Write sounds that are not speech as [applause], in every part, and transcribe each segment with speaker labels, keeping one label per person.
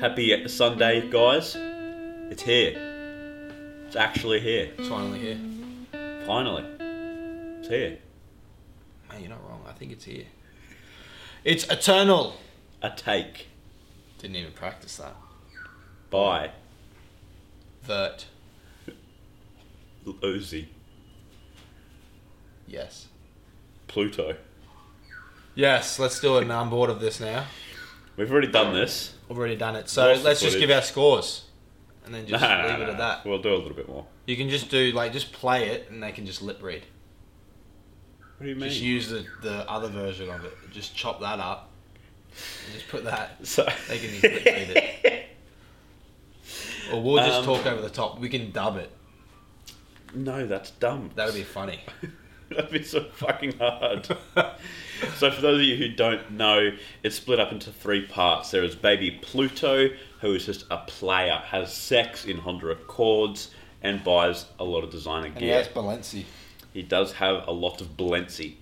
Speaker 1: Happy Sunday, guys. It's here. It's actually here.
Speaker 2: It's finally here.
Speaker 1: Finally. It's here.
Speaker 2: Man, you're not wrong. I think it's here. It's eternal.
Speaker 1: A take
Speaker 2: Didn't even practice that.
Speaker 1: by
Speaker 2: Vert.
Speaker 1: Lucy
Speaker 2: Yes.
Speaker 1: Pluto.
Speaker 2: Yes, let's do it. And I'm bored of this now.
Speaker 1: We've already done this.
Speaker 2: I've already done it. So
Speaker 1: Lost the
Speaker 2: let's just
Speaker 1: footage.
Speaker 2: give our scores. And then
Speaker 1: No,
Speaker 2: just
Speaker 1: no,
Speaker 2: leave
Speaker 1: no,
Speaker 2: it
Speaker 1: no.
Speaker 2: at that.
Speaker 1: We'll do a little bit more.
Speaker 2: You can just do, like, just play it and they can just lip read.
Speaker 1: What do you mean?
Speaker 2: Just use the, the other version of it. Just chop that up. And just
Speaker 1: [laughs]
Speaker 2: put that.
Speaker 1: so-
Speaker 2: They can just lip read it. Or we'll just
Speaker 1: Um,
Speaker 2: talk over the top. We can dub it.
Speaker 1: [laughs] no, that's dumb.
Speaker 2: That would
Speaker 1: [laughs]
Speaker 2: be funny.
Speaker 1: That'd be so fucking hard. so, for those of you who don't know, it's split up into three parts. There is baby Pluto, who is just a player, has sex in Honda Accords, and buys a lot of designer
Speaker 2: And
Speaker 1: gear.
Speaker 2: he has Balenci.
Speaker 1: He does have a lot of Balenci.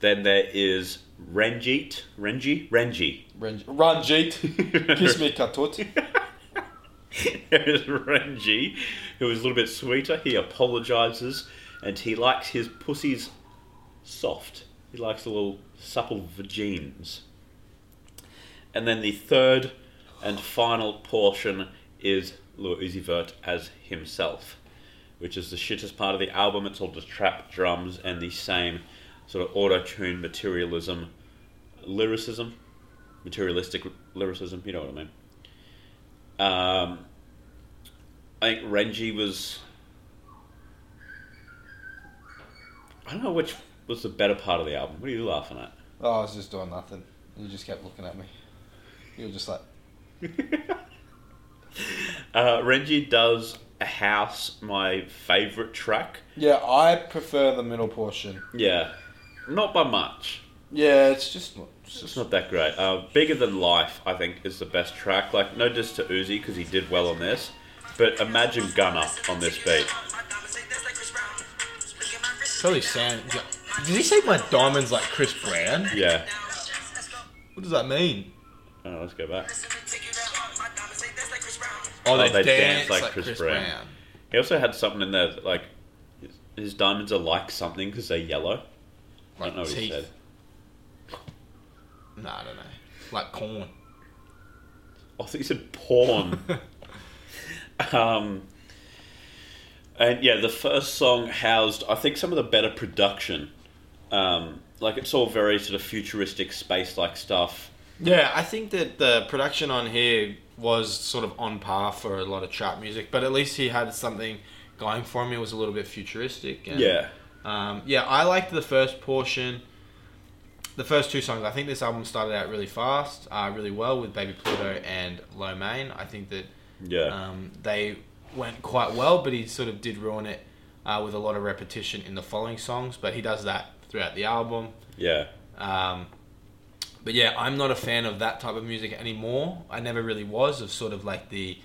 Speaker 1: Then there is Ranjit. Renji? Renji.
Speaker 2: Ranj- Ranjit, kiss
Speaker 1: [laughs]
Speaker 2: me katut.
Speaker 1: there is Renji, who is a little bit sweeter. He apologizes, and he likes his pussies soft. He likes the little supple vagines. And then the third and final portion is Lil Uzi Vert as himself, which is the shittest part of the album. It's all just trap drums and the same sort of auto-tune materialism, lyricism, materialistic lyricism. You know what I mean? Um, I think Renji was. I don't know which was the better part of the album. What are you laughing at?
Speaker 2: Oh, I was just doing nothing. You just kept looking at me. You were just like,
Speaker 1: Uh, Renji does a house, my favorite track.
Speaker 2: yeah, I prefer the middle portion.
Speaker 1: Yeah, not by much.
Speaker 2: Yeah, it's just not. It's
Speaker 1: It's
Speaker 2: just not
Speaker 1: not that great. Uh, Bigger than life, I think, is the best track. Like, no diss to Uzi because he did well on this, but imagine Gunna on this beat.
Speaker 2: Probably sound. Did he say my diamonds like Chris Brown?
Speaker 1: Yeah.
Speaker 2: What does that mean?
Speaker 1: Oh, let's go back.
Speaker 2: Oh,
Speaker 1: they they dance dance like like Chris Chris Brown. Brown. He also had something in there that, like, his, his diamonds are like something because they're yellow. I don't know what he said.
Speaker 2: No, I don't know. Like corn.
Speaker 1: I think he said
Speaker 2: [laughs]
Speaker 1: porn. um, and yeah, the first song housed, I think, some of the better production. Um, like, it's all very sort of futuristic, space like stuff.
Speaker 2: Yeah, I think that the production on here was sort of on par for a lot of trap music, but at least he had something going for him. It was a little bit futuristic. And,
Speaker 1: Yeah.
Speaker 2: Um, yeah, I liked the first portion, the first two songs. I think this album started out really fast, uh, really well with Baby Pluto and Low Main. I think that
Speaker 1: Yeah.
Speaker 2: um, they went quite well, but he sort of did ruin it uh, with a lot of repetition in the following songs. But he does that throughout the album.
Speaker 1: yeah.
Speaker 2: Um, but yeah, I'm not a fan of that type of music anymore. I never really was of sort of like the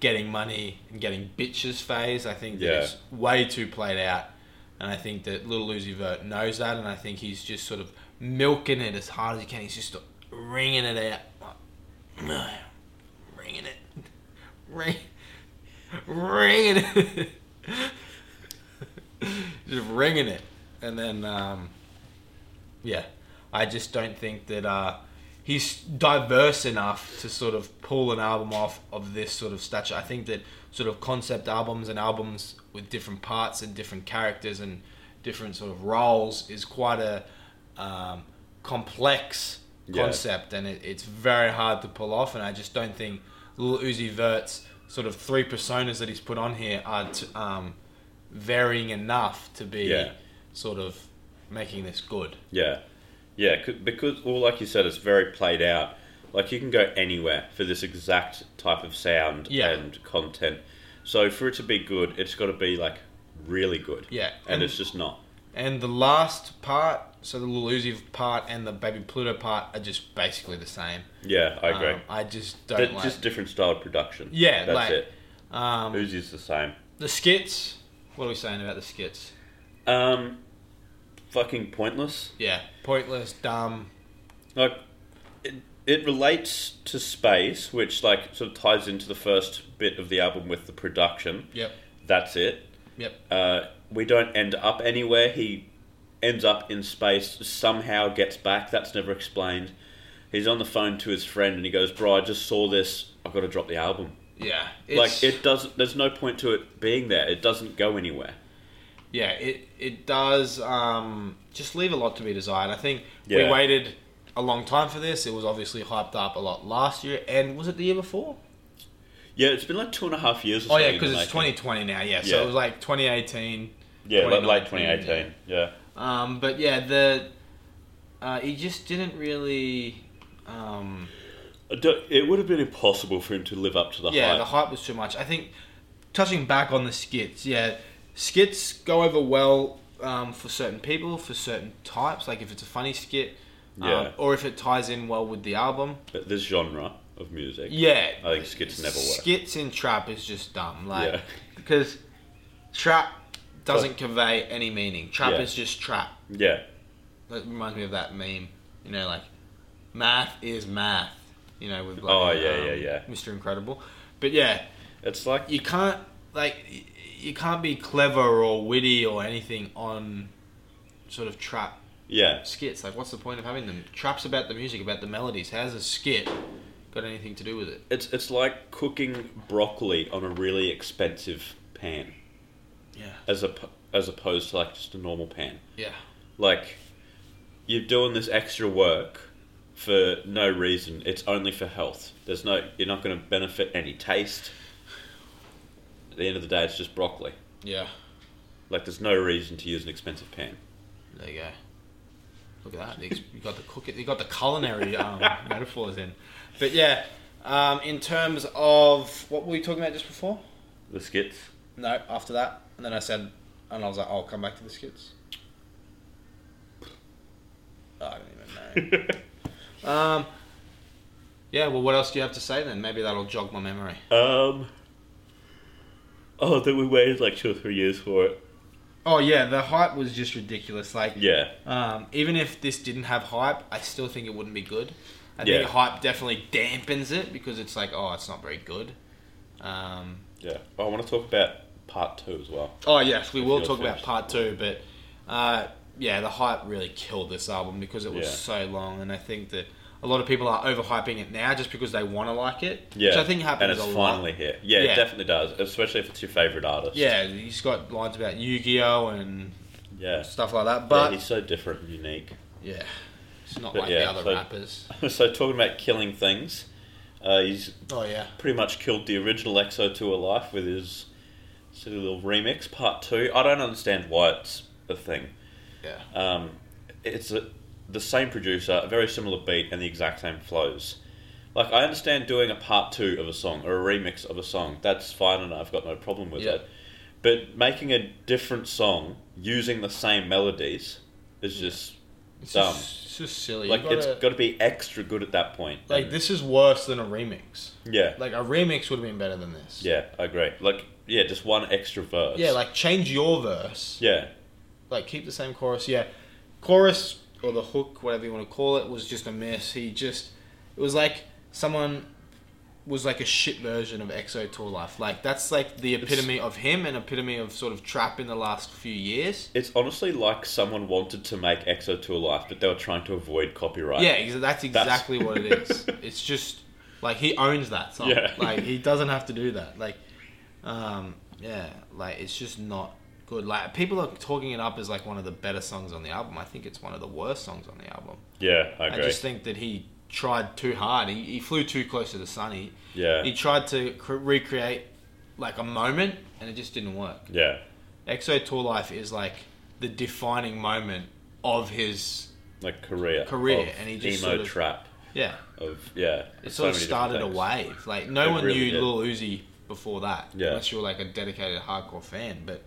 Speaker 2: getting money and getting bitches phase. I think that
Speaker 1: Yeah.
Speaker 2: it's way too played out, and I think that Little Uzi Vert knows that, and I think he's just sort of milking it as hard as he can. He's just wringing it out, [sighs] like, wringing it, [laughs] ring, ringing it, [laughs] just ringing it, and then. Um, yeah, I just don't think that uh, he's diverse enough to sort of pull an album off of this sort of stature. I think that sort of concept albums and albums with different parts and different characters and different sort of roles is quite a um, complex
Speaker 1: Yeah.
Speaker 2: concept, and it, it's very hard to pull off. And I just don't think Lil Uzi Vert's sort of three personas that he's put on here are t- um, varying enough to be
Speaker 1: Yeah.
Speaker 2: sort of making this good.
Speaker 1: Yeah, yeah, c- because well, like you said, it's very played out. Like you can go anywhere for this exact type of sound
Speaker 2: Yeah.
Speaker 1: and content. So for it to be good, it's got to be like really good.
Speaker 2: Yeah,
Speaker 1: and,
Speaker 2: and-
Speaker 1: it's just not.
Speaker 2: And the last part, so the Lil Uzi part and the Baby Pluto part are just basically the same.
Speaker 1: Yeah, I agree.
Speaker 2: Um, I just
Speaker 1: They're
Speaker 2: don't like.
Speaker 1: just different style of production.
Speaker 2: Yeah,
Speaker 1: that's
Speaker 2: like-
Speaker 1: it.
Speaker 2: um,
Speaker 1: Uzi's the same.
Speaker 2: the skits. What are we saying about the skits?
Speaker 1: Um, fucking pointless.
Speaker 2: Yeah, pointless, dumb.
Speaker 1: Like, it, it relates to space, which like sort of ties into the first bit of the album with the production.
Speaker 2: Yep.
Speaker 1: That's it.
Speaker 2: Yep.
Speaker 1: Uh, we don't end up anywhere. He ends up in space, somehow gets back. That's never explained. He's on the phone to his friend and he goes, Bro, I just saw this. I've got to drop the album.
Speaker 2: Yeah.
Speaker 1: Like, it doesn't, there's no point to it being there. It doesn't go anywhere.
Speaker 2: Yeah, it it does um, just leave a lot to be desired. I think we
Speaker 1: Yeah.
Speaker 2: waited a long time for this. It was obviously hyped up a lot last year, and was it the year before?
Speaker 1: Yeah, it's been like two and a half years or
Speaker 2: Oh
Speaker 1: something.
Speaker 2: yeah,
Speaker 1: in
Speaker 2: because
Speaker 1: the
Speaker 2: it's
Speaker 1: making.
Speaker 2: 2020 now. Yeah, so
Speaker 1: Yeah.
Speaker 2: it was like 2018.
Speaker 1: Yeah, like late
Speaker 2: 2019,
Speaker 1: 2018. Yeah.
Speaker 2: Um, but yeah, the uh, he just didn't really. Um,
Speaker 1: I don't- It would have been impossible for him to live up to the
Speaker 2: yeah,
Speaker 1: hype.
Speaker 2: the hype was too much. I think touching back on the skits, yeah, skits go over well um, for certain people, for certain types. Like if it's a funny skit, um,
Speaker 1: Yeah.
Speaker 2: or if it ties in well with the album.
Speaker 1: But this genre of music.
Speaker 2: Yeah,
Speaker 1: I think skits never work.
Speaker 2: Skits in trap is just dumb, like
Speaker 1: Yeah.
Speaker 2: [laughs] because trap doesn't convey any meaning. Trap
Speaker 1: Yeah.
Speaker 2: is just trap.
Speaker 1: Yeah.
Speaker 2: That reminds me of that meme, you know, like math is math. You know, with like,
Speaker 1: Oh, yeah, yeah, yeah.
Speaker 2: Mr. Incredible. But yeah,
Speaker 1: It's like
Speaker 2: you can't like y- you can't be clever or witty or anything on sort of trap
Speaker 1: yeah,
Speaker 2: skits. Like, what's the point of having them? Traps about the music, about the melodies. How's a skit got anything to do with it?
Speaker 1: it's it's like cooking broccoli on a really expensive pan,
Speaker 2: Yeah,
Speaker 1: as a as opposed to like just a normal pan.
Speaker 2: yeah,
Speaker 1: Like you're doing this extra work for no reason. It's only for health. There's no you're not going to benefit any taste. At the end of the day, it's just broccoli.
Speaker 2: yeah.
Speaker 1: Like there's no reason to use an expensive pan.
Speaker 2: There you go. Look at that. They- You got the cook. You got the culinary um, metaphors in. But yeah, um, in terms of what were we talking about just before?
Speaker 1: The skits.
Speaker 2: No, after that, and then I said, and I was like, I'll come back to the skits. Oh, I don't even know. [laughs] um, yeah. Well, what else do you have to say then? Maybe that'll jog my memory.
Speaker 1: Um. Oh, that we waited like two or three years for it.
Speaker 2: Oh yeah, the hype was just ridiculous. Like,
Speaker 1: Yeah.
Speaker 2: um, even if this didn't have hype, I still think it wouldn't be good. I
Speaker 1: Yeah.
Speaker 2: think hype definitely dampens it because it's like, oh, it's not very good. Um,
Speaker 1: Yeah. Oh, I want to talk about part two as well.
Speaker 2: oh yes, we will
Speaker 1: you're
Speaker 2: talk about
Speaker 1: finished.
Speaker 2: part two, but uh, yeah, the hype really killed this album because it was
Speaker 1: Yeah.
Speaker 2: so long, and I think that a lot of people are overhyping it now just because they want to like it,
Speaker 1: Yeah.
Speaker 2: which I think happens
Speaker 1: And it's
Speaker 2: a lot.
Speaker 1: finally here. Yeah,
Speaker 2: Yeah.
Speaker 1: it definitely does, especially if it's your favorite artist.
Speaker 2: Yeah, he's got lines about Yu-Gi-Oh and
Speaker 1: Yeah.
Speaker 2: stuff like that,
Speaker 1: But
Speaker 2: but
Speaker 1: he's so different and unique.
Speaker 2: yeah, it's not
Speaker 1: But
Speaker 2: like the
Speaker 1: yeah,
Speaker 2: other
Speaker 1: so-
Speaker 2: rappers.
Speaker 1: [laughs] so talking about killing things, uh, he's
Speaker 2: Oh yeah.
Speaker 1: pretty much killed the original EXO Tour life with his silly little remix part two. I don't understand why it's a thing.
Speaker 2: Yeah.
Speaker 1: Um, it's a, the same producer, a very similar beat, and the exact same flows. Like, I understand doing a part two of a song or a remix of a song. That's fine, and I've got no problem with
Speaker 2: Yeah.
Speaker 1: it. But making a different song using the same melodies is just
Speaker 2: It's
Speaker 1: dumb.
Speaker 2: just, it's just silly.
Speaker 1: like
Speaker 2: Like, gotta,
Speaker 1: it's got to be extra good at that point.
Speaker 2: like
Speaker 1: And-
Speaker 2: this is worse than a remix.
Speaker 1: Yeah,
Speaker 2: Like a remix would have been better than this.
Speaker 1: yeah, I agree. Like, yeah, just one extra verse.
Speaker 2: Yeah, like change your verse.
Speaker 1: yeah,
Speaker 2: Like keep the same chorus. Yeah. Chorus or the hook, whatever you want to call it, was just a mess. He just it was like someone was like a shit version of EXO Tour Life. Like that's like the epitome of him and epitome of sort of trap in the last few years.
Speaker 1: it's honestly like someone wanted to make EXO Tour Life, but they were trying to avoid copyright.
Speaker 2: Yeah, exa- that's exactly what it is. It's just like he owns that song.
Speaker 1: Yeah.
Speaker 2: Like he doesn't have to do that. Like, um, yeah, like it's just not good. Like people are talking it up as like one of the better songs on the album. I think it's one of the worst songs on the album.
Speaker 1: yeah, I agree.
Speaker 2: I just think that he tried too hard. He, he flew too close to the sun. He,
Speaker 1: yeah,
Speaker 2: he tried to cr- recreate like a moment, and it just didn't work.
Speaker 1: yeah.
Speaker 2: EXO Tour Life is like the defining moment of his
Speaker 1: like career,
Speaker 2: Career,
Speaker 1: of
Speaker 2: and he just
Speaker 1: emo
Speaker 2: sort of-
Speaker 1: trap
Speaker 2: yeah.
Speaker 1: of yeah.
Speaker 2: It
Speaker 1: so
Speaker 2: sort
Speaker 1: many
Speaker 2: of
Speaker 1: different
Speaker 2: started a
Speaker 1: things.
Speaker 2: wave. Like no
Speaker 1: It
Speaker 2: one
Speaker 1: really
Speaker 2: knew
Speaker 1: did.
Speaker 2: Lil Uzi before that,
Speaker 1: Yeah.
Speaker 2: unless you were like a dedicated hardcore fan. But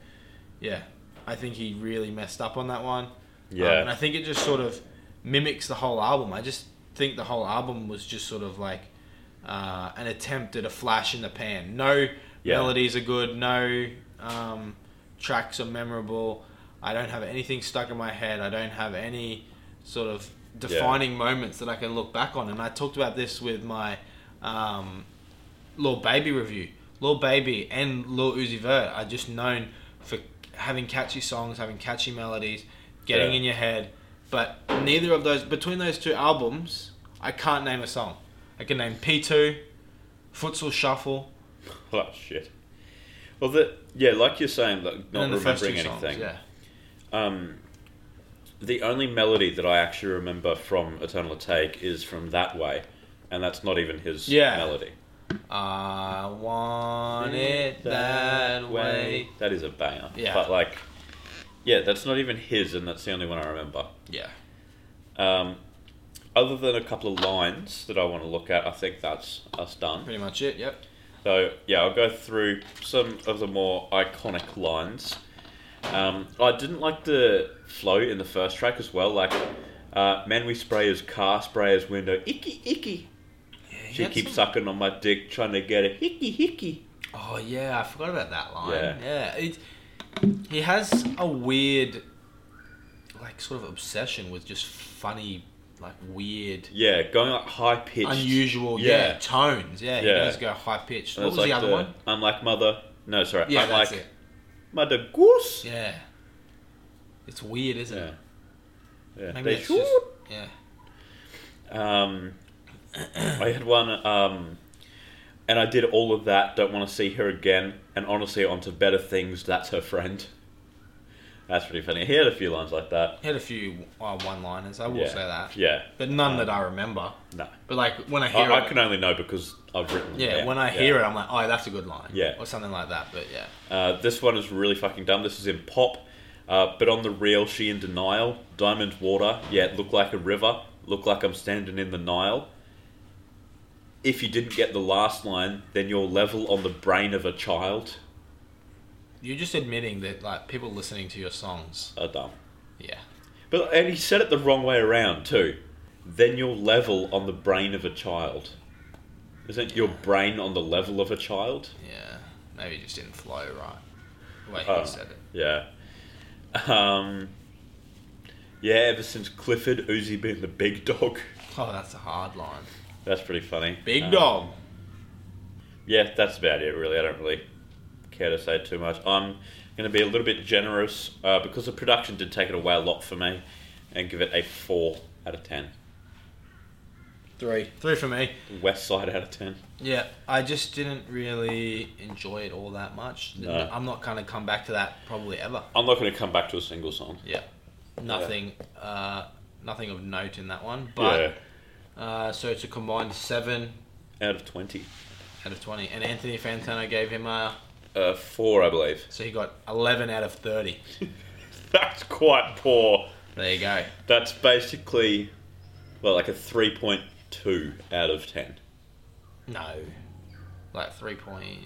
Speaker 2: yeah, I think he really messed up on that one. Um,
Speaker 1: Yeah.
Speaker 2: and I think it just sort of mimics the whole album. I just think the whole album was just sort of like uh, an attempt at a flash in the pan. No
Speaker 1: Yeah.
Speaker 2: melodies are good. No um, tracks are memorable. I don't have anything stuck in my head. I don't have any sort of defining moments that I can look back on. And I talked about this with my um, Lil Baby review. Lil Baby and Lil Uzi Vert are just known for having catchy songs, having catchy melodies, getting
Speaker 1: Yeah.
Speaker 2: in your head. But neither of those, between those two albums, I can't name a song. I can name P2, Futsal Shuffle,
Speaker 1: Oh shit. Well, the yeah, like you're saying, like not
Speaker 2: and then the first
Speaker 1: remembering
Speaker 2: two songs.
Speaker 1: anything.
Speaker 2: Yeah.
Speaker 1: Um, the only melody that I actually remember from Eternal Take is from That Way, and that's not even his
Speaker 2: Yeah.
Speaker 1: melody.
Speaker 2: I want it that way.
Speaker 1: That is a banger.
Speaker 2: Yeah.
Speaker 1: But like, yeah, that's not even his, and that's the only one I remember.
Speaker 2: Yeah.
Speaker 1: Um, other than a couple of lines that I want to look at, I think that's us done.
Speaker 2: Pretty much it, yep.
Speaker 1: So yeah, I'll go through some of the more iconic lines. Um, I didn't like the flow in the first track as well. Like, uh, man, we spray his car, spray his window, icky icky. She
Speaker 2: had
Speaker 1: keeps
Speaker 2: some-
Speaker 1: sucking on my dick, trying to get it, hickey hickey.
Speaker 2: Oh yeah, I forgot about that line.
Speaker 1: Yeah.
Speaker 2: Yeah. It, he has a weird like sort of obsession with just funny, like weird
Speaker 1: Yeah, going like high pitched,
Speaker 2: unusual yeah. tones. Yeah,
Speaker 1: Yeah.
Speaker 2: he does go high pitched.
Speaker 1: And
Speaker 2: What
Speaker 1: it's
Speaker 2: was
Speaker 1: like
Speaker 2: the other one?
Speaker 1: I'm like mother. No, sorry.
Speaker 2: Yeah,
Speaker 1: I'm
Speaker 2: that's
Speaker 1: like
Speaker 2: it.
Speaker 1: mother goose.
Speaker 2: Yeah. It's weird, isn't
Speaker 1: Yeah.
Speaker 2: it?
Speaker 1: Yeah.
Speaker 2: Maybe
Speaker 1: They
Speaker 2: that's
Speaker 1: shoot.
Speaker 2: just yeah.
Speaker 1: Um, I had one, um, and I did all of that. Don't want to see her again. And honestly, onto better things. That's her friend. That's pretty funny. He had a few lines like that.
Speaker 2: He had a few uh, one liners, I will
Speaker 1: yeah.
Speaker 2: say that.
Speaker 1: Yeah.
Speaker 2: But none that I remember.
Speaker 1: No.
Speaker 2: But like when I
Speaker 1: I,
Speaker 2: hear
Speaker 1: I
Speaker 2: it
Speaker 1: can only know because I've written. them
Speaker 2: yeah,
Speaker 1: down.
Speaker 2: when I
Speaker 1: Yeah.
Speaker 2: hear it I'm like, Oh, that's a good line.
Speaker 1: Yeah.
Speaker 2: Or something like that, but yeah.
Speaker 1: Uh, this one is really fucking dumb. This is in pop, uh, but on the real, she in denial. Diamond water, yeah, it looked like a river. Look like I'm standing in the Nile. If you didn't get the last line, then you're level on the brain of a child.
Speaker 2: You're just admitting that like people listening to your songs.
Speaker 1: Are dumb.
Speaker 2: Yeah.
Speaker 1: But and he said it the wrong way around too. Then you're level on the brain of a child. Isn't your brain on the level of a child?
Speaker 2: Yeah. Maybe it just didn't flow right. The way he
Speaker 1: Oh.
Speaker 2: said it. [laughs]
Speaker 1: Yeah. Um, yeah, ever since Clifford, Uzi being the big dog. [laughs]
Speaker 2: Oh, that's a hard line.
Speaker 1: That's pretty funny.
Speaker 2: Big
Speaker 1: Um,
Speaker 2: dog.
Speaker 1: Yeah, that's about it, really. I don't really care to say too much. I'm going to be a little bit generous uh, because the production did take it away a lot for me and give it a 4 out of 10.
Speaker 2: Three. Three for me.
Speaker 1: West Side out of 10.
Speaker 2: Yeah. I just didn't really enjoy it all that much.
Speaker 1: No.
Speaker 2: I'm not going to come back to that probably ever.
Speaker 1: I'm not going to come back to a single song.
Speaker 2: Yeah. Nothing. Uh, nothing of note in that one. But uh, so it's a combined seven
Speaker 1: yeah, out of 20.
Speaker 2: out of twenty. And Anthony Fantano gave him a
Speaker 1: Uh, 4, I believe. [laughs]
Speaker 2: so he got eleven out of thirty.
Speaker 1: That's quite poor.
Speaker 2: There you go.
Speaker 1: That's basically, well, like a 3.2 out of 10.
Speaker 2: No. Like three point.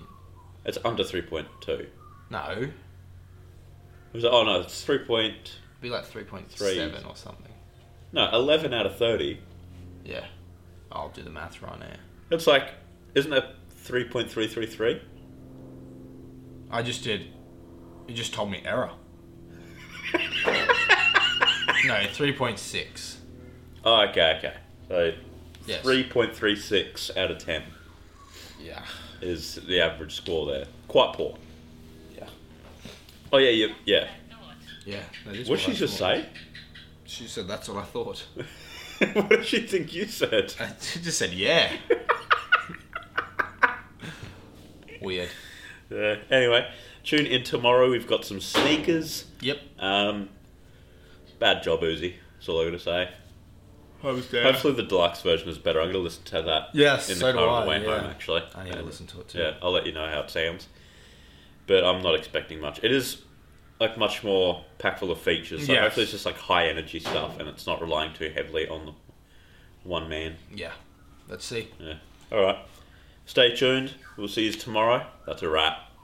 Speaker 1: It's under 3.2.
Speaker 2: No.
Speaker 1: Was it- oh no, it's 3. Point,
Speaker 2: be like 3.7 or something.
Speaker 1: no, 11 out of 30.
Speaker 2: Yeah. I'll do the math right now.
Speaker 1: It's like, isn't that 3.333?
Speaker 2: I just did. You just told me
Speaker 1: [laughs]
Speaker 2: error. no, 3.6.
Speaker 1: Oh, okay, okay. So
Speaker 2: Yes.
Speaker 1: 3.36 out of 10
Speaker 2: Yeah.
Speaker 1: is the average score there. Quite poor.
Speaker 2: Yeah.
Speaker 1: Oh yeah, yeah, yeah.
Speaker 2: Yeah. that is
Speaker 1: What did
Speaker 2: I
Speaker 1: she just
Speaker 2: thought.
Speaker 1: say? [laughs]
Speaker 2: She said, that's what I thought.
Speaker 1: what did she think you said?
Speaker 2: she just said,
Speaker 1: [laughs]
Speaker 2: yeah. Weird.
Speaker 1: Uh, anyway, tune in tomorrow. We've got some sneakers.
Speaker 2: Yep.
Speaker 1: Um, bad job, Uzi. That's all I'm gonna say.
Speaker 2: I was there.
Speaker 1: Hopefully, the deluxe version is better. I'm gonna listen to that.
Speaker 2: Yes,
Speaker 1: in the
Speaker 2: so do
Speaker 1: car on
Speaker 2: I,
Speaker 1: the way
Speaker 2: yeah.
Speaker 1: home. Actually,
Speaker 2: I need to
Speaker 1: And,
Speaker 2: listen to it too.
Speaker 1: Yeah, I'll let you know how it sounds. But I'm not expecting much. It is like much more packed full of features. So
Speaker 2: Yes.
Speaker 1: hopefully, it's just like high energy stuff, and it's not relying too heavily on the one man.
Speaker 2: Yeah. Let's see.
Speaker 1: Yeah. All right. Stay tuned. We'll see you tomorrow. That's a wrap.